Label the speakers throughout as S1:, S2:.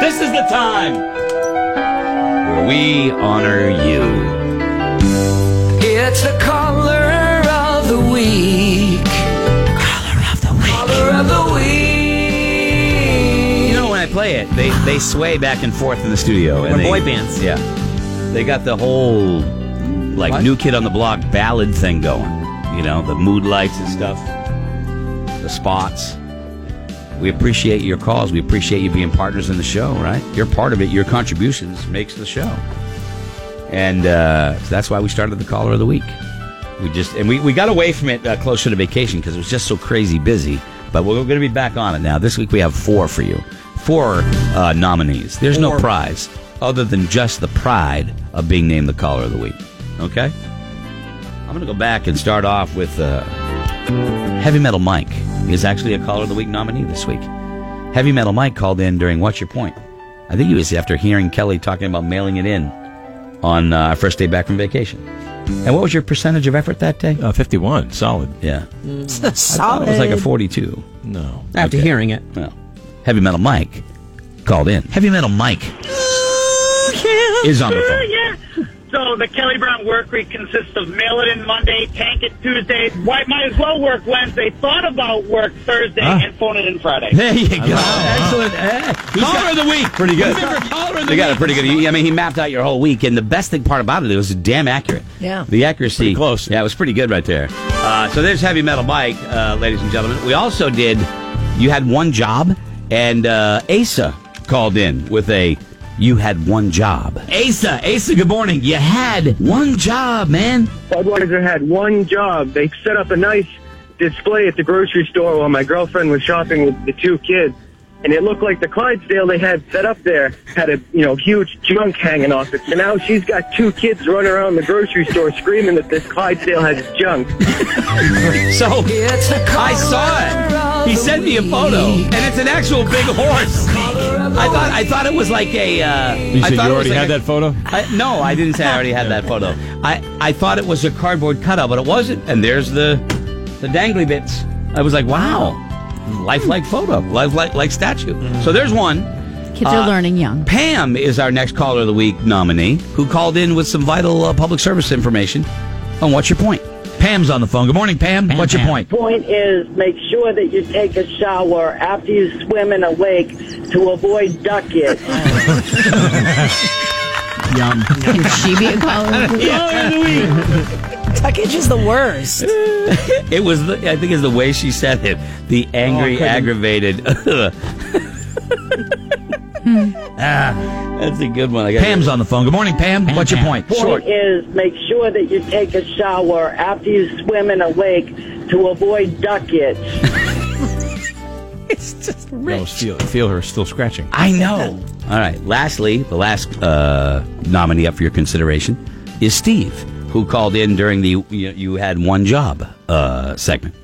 S1: This is the time where we honor you.
S2: It's the color of the week. Color of the week.
S1: You know, when I play it, they, they sway back and forth in the studio. And
S3: Or
S1: they,
S3: boy bands.
S1: Yeah. They got the whole, like,
S3: What?
S1: new kid on the block ballad thing going. You know, the mood lights and stuff, the spots. We appreciate your calls. We appreciate you being partners in the show, right? You're part of it. Your contributions makes the show. And uh, so that's why we started the caller of the week. We just and we, we got away from it uh, closer to vacation because it was just so crazy busy. But we're going to be back on it now. This week we have four for you, four uh, nominees. There's no
S3: Four.
S1: prize other than just the pride of being named the caller of the week. Okay, I'm going to go back and start off with uh, Heavy Metal Mike is actually a caller of the week nominee this week. Heavy Metal Mike called in during What's Your Point? I think he was after hearing Kelly talking about mailing it in on uh, our first day back from vacation. And what was your percentage of effort that day?
S4: Uh, 51, solid.
S1: Yeah.
S3: Solid.
S1: It was like a 42.
S4: No.
S3: After
S1: Okay.
S3: hearing it.
S1: Well, Heavy Metal Mike called in. Heavy Metal Mike is on the phone.
S5: Yeah. So the Kelly Brown work week consists of mail it in Monday, tank it Tuesday. Why might as well work Wednesday? Thought about work Thursday
S4: Ah.
S5: and phone it in Friday.
S1: There you go. Excellent. Eh, he's got-
S4: of the week.
S1: Pretty good.
S4: Remember, caller of the
S1: You got
S4: week.
S1: it pretty good. You- I mean, he mapped out your whole week, and the best thing part about it, it was damn accurate.
S3: Yeah.
S1: The accuracy.
S4: Pretty close.
S1: Yeah, it was pretty good right there. Uh, so there's Heavy Metal Mike, uh, ladies and gentlemen. We also did, you had one job, and uh, Asa called in with a, you had one job. Asa, Asa, good morning. You had one job, man.
S6: Budweiser had one job. They set up a nice display at the grocery store while my girlfriend was shopping with the two kids. And it looked like the Clydesdale they had set up there had a you know huge junk hanging off it. So now she's got two kids running around the grocery store screaming that this Clydesdale has junk.
S1: So
S2: It's the color
S1: I saw it. He sent me a photo, and it's an actual big horse. I thought I thought it was like a. Uh,
S4: You
S1: I
S4: said
S1: thought
S4: you
S1: it was
S4: already
S1: like
S4: had
S1: a-
S4: that photo?
S1: I, no, I didn't say I already had that photo. I, I thought it was a cardboard cutout, but it wasn't. And there's the the dangly bits. I was like, wow, lifelike photo, lifelike like statue.
S4: Mm-hmm.
S1: So there's one.
S7: Kids are learning young.
S1: Pam is our next caller of the week nominee, who called in with some vital uh, public service information. On what's your point? Pam's on the phone. Good morning, Pam. what's your
S3: Pam.
S1: point?
S8: point is make sure that you take a shower after you swim in a lake to avoid duck it.
S3: Yum.
S7: Can she be a caller?
S9: Tuckage is the worst.
S1: It was, the, I think, is the way she said it. The
S3: Oh,
S1: angry,
S3: I couldn't.
S1: aggravated. ah,
S3: Hmm.
S1: that's a good one. I Pam's on the phone. Good morning, Pam. What's your point?
S8: Point is make sure that you take a shower after you swim in a lake to avoid duck it.
S4: No, feel, feel her still scratching.
S1: I know. All right. Lastly, the last uh, nominee up for your consideration is Steve, who called in during the "You, you Had One Job" uh, segment.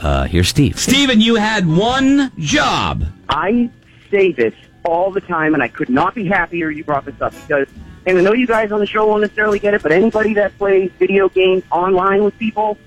S1: Uh, here's Steve. Steven, you had one job.
S6: I say this all the time, and I could not be happier you brought this up because, and I know you guys on the show won't necessarily get it, but anybody that plays video games online with people,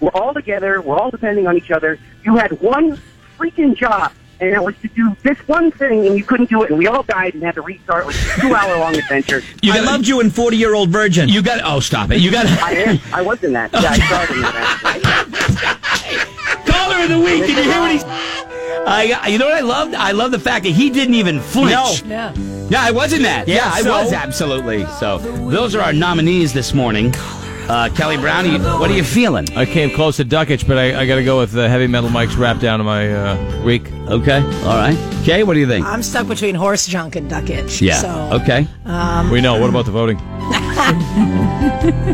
S6: we're all together, we're all depending on each other. You had one freaking job, and it was to do this one thing, and you couldn't do it, and we all died and had to restart like a two hour long adventure.
S1: I loved you in Forty Year Old Virgin. You got. Oh, stop it. You got.
S6: I am, I was in that. Yeah, I started in that. Actually.
S1: caller of the week. Did you hear what he? I, you know what I loved? I love the fact that he didn't even flinch. No.
S9: Yeah.
S1: Yeah, I was in that. Yeah, I was absolutely. So those are our nominees this morning. Uh, Kelly Brown, you, what are you feeling?
S4: I came close to Duckage, but I, I got to go with the heavy metal Mike's wrap down of my uh, week.
S1: Okay, all right. Kay, what do you think?
S9: I'm stuck between horse junk and duckage.
S1: Yeah.
S9: So,
S1: Okay.
S3: Um,
S4: we know. What about the voting?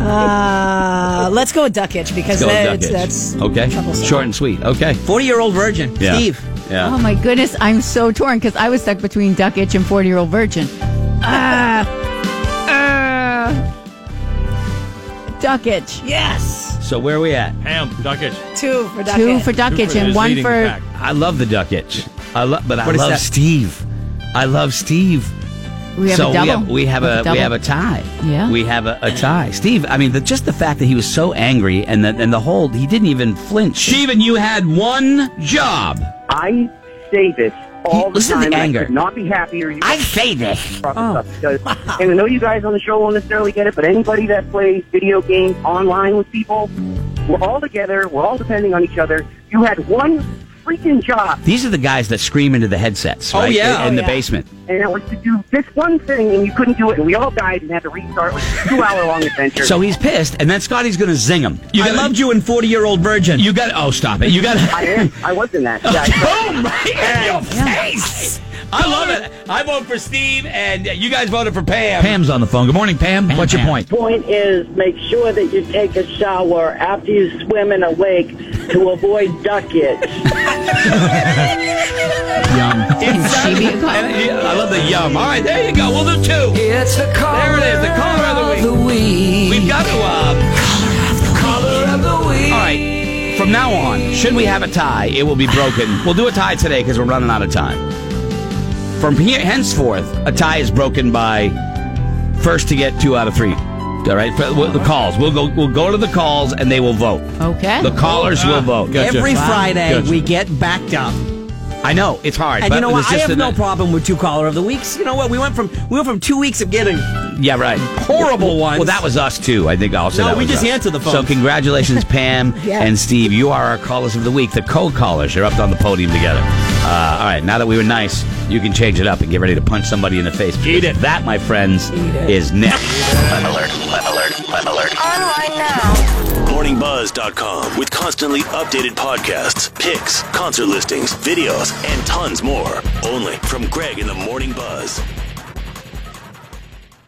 S9: uh, let's go with duckage because
S1: Go with
S9: that's,
S1: Duckage.
S9: that's
S1: okay.
S9: troublesome.
S1: Short and sweet. Okay.
S3: 40 year old virgin.
S1: Yeah.
S3: Steve.
S1: Yeah.
S7: Oh my goodness, I'm so torn because I was stuck between Duck Itch and 40 Year Old Virgin. Ah, ah. Duck Itch.
S3: Oh.
S9: Yes.
S1: So where are we at?
S4: Ham, Duckage.
S9: Two for duckage.
S7: Two for Duck Itch and one for.
S1: I love the duck itch. I love, but I
S3: What is
S1: love
S3: that?
S1: Steve. I love Steve.
S7: We have
S1: so
S7: a double.
S1: we have, we have a we
S7: double.
S1: have a tie.
S7: Yeah.
S1: we have a, a tie. Steve, I mean, the, just the fact that he was so angry and the, and the whole he didn't even flinch. Steven, you had one job.
S6: I say this all the
S1: listen to
S6: time.
S1: the
S6: and
S1: anger.
S6: I could not be happier. You
S1: I say this.
S6: brought this up because, and I know you guys on the show won't necessarily get it, but anybody that plays video games online with people, we're all together. We're all depending on each other. You had one freaking job,
S1: These are the guys that scream into the headsets,
S3: Oh,
S1: right?
S3: yeah.
S1: In, in
S9: Oh,
S1: the
S9: yeah.
S1: basement.
S6: and it was to do this one thing, and you couldn't do it, and we all died and had to restart with a two-hour-long adventure.
S1: So he's pissed, and then Scotty's going to zing him.
S3: I
S4: gotta-
S3: loved you in 40 year old virgin.
S1: You got. Oh, stop it! You got.
S6: I am. I was in that. Yeah, I-
S1: Boom! Right in your face. I love it. I vote for Steve, and you guys voted for Pam.
S3: Pam's on the phone. Good morning, Pam. What's
S1: Pam.
S3: your point?
S8: Point is, make sure that you take a shower after you swim in a lake to avoid duck itch.
S3: Yum.
S1: Exactly.
S7: Stevie, you call-
S1: And, yeah, I love the yum. All right, there you go. We'll do two.
S2: It's the color,
S1: There it is, the color of the
S2: week.
S1: We've got to. Uh,
S2: color of the week.
S1: all right. From now on, should we have a tie, it will be broken. We'll do a tie today because we're running out of time. From here henceforth, a tie is broken by first to get two out of three. All right, for, well, the calls. We'll go. We'll go to the calls, and they will vote.
S7: Okay.
S1: The callers will vote.
S4: Gotcha.
S3: Every
S4: Oh, Wow.
S3: Friday,
S4: Gotcha.
S3: we get backed up.
S1: I know it's hard,
S3: And
S1: but
S3: you know what?
S1: it's
S3: I
S1: just
S3: have
S1: an-
S3: no problem with two caller of the weeks. You know what? We went from we went from two weeks of getting
S1: Yeah, right.
S3: horrible ones.
S1: Well, that was us too. I think also.
S3: No,
S1: that
S3: we
S1: was
S3: just
S1: us.
S3: answered the phone.
S1: So congratulations, Pam and Steve. You are our callers of the week. The co-callers. You're up on the podium together. Uh, all right. Now that we were nice, you can change it up and get ready to punch somebody in the face. Eat it. That, my friends, is next.
S10: Web alert, web alert, web alert.
S11: Online now.
S10: MorningBuzz.com with constantly updated podcasts, pics, concert listings, videos, and tons more. Only from Greg in the Morning Buzz.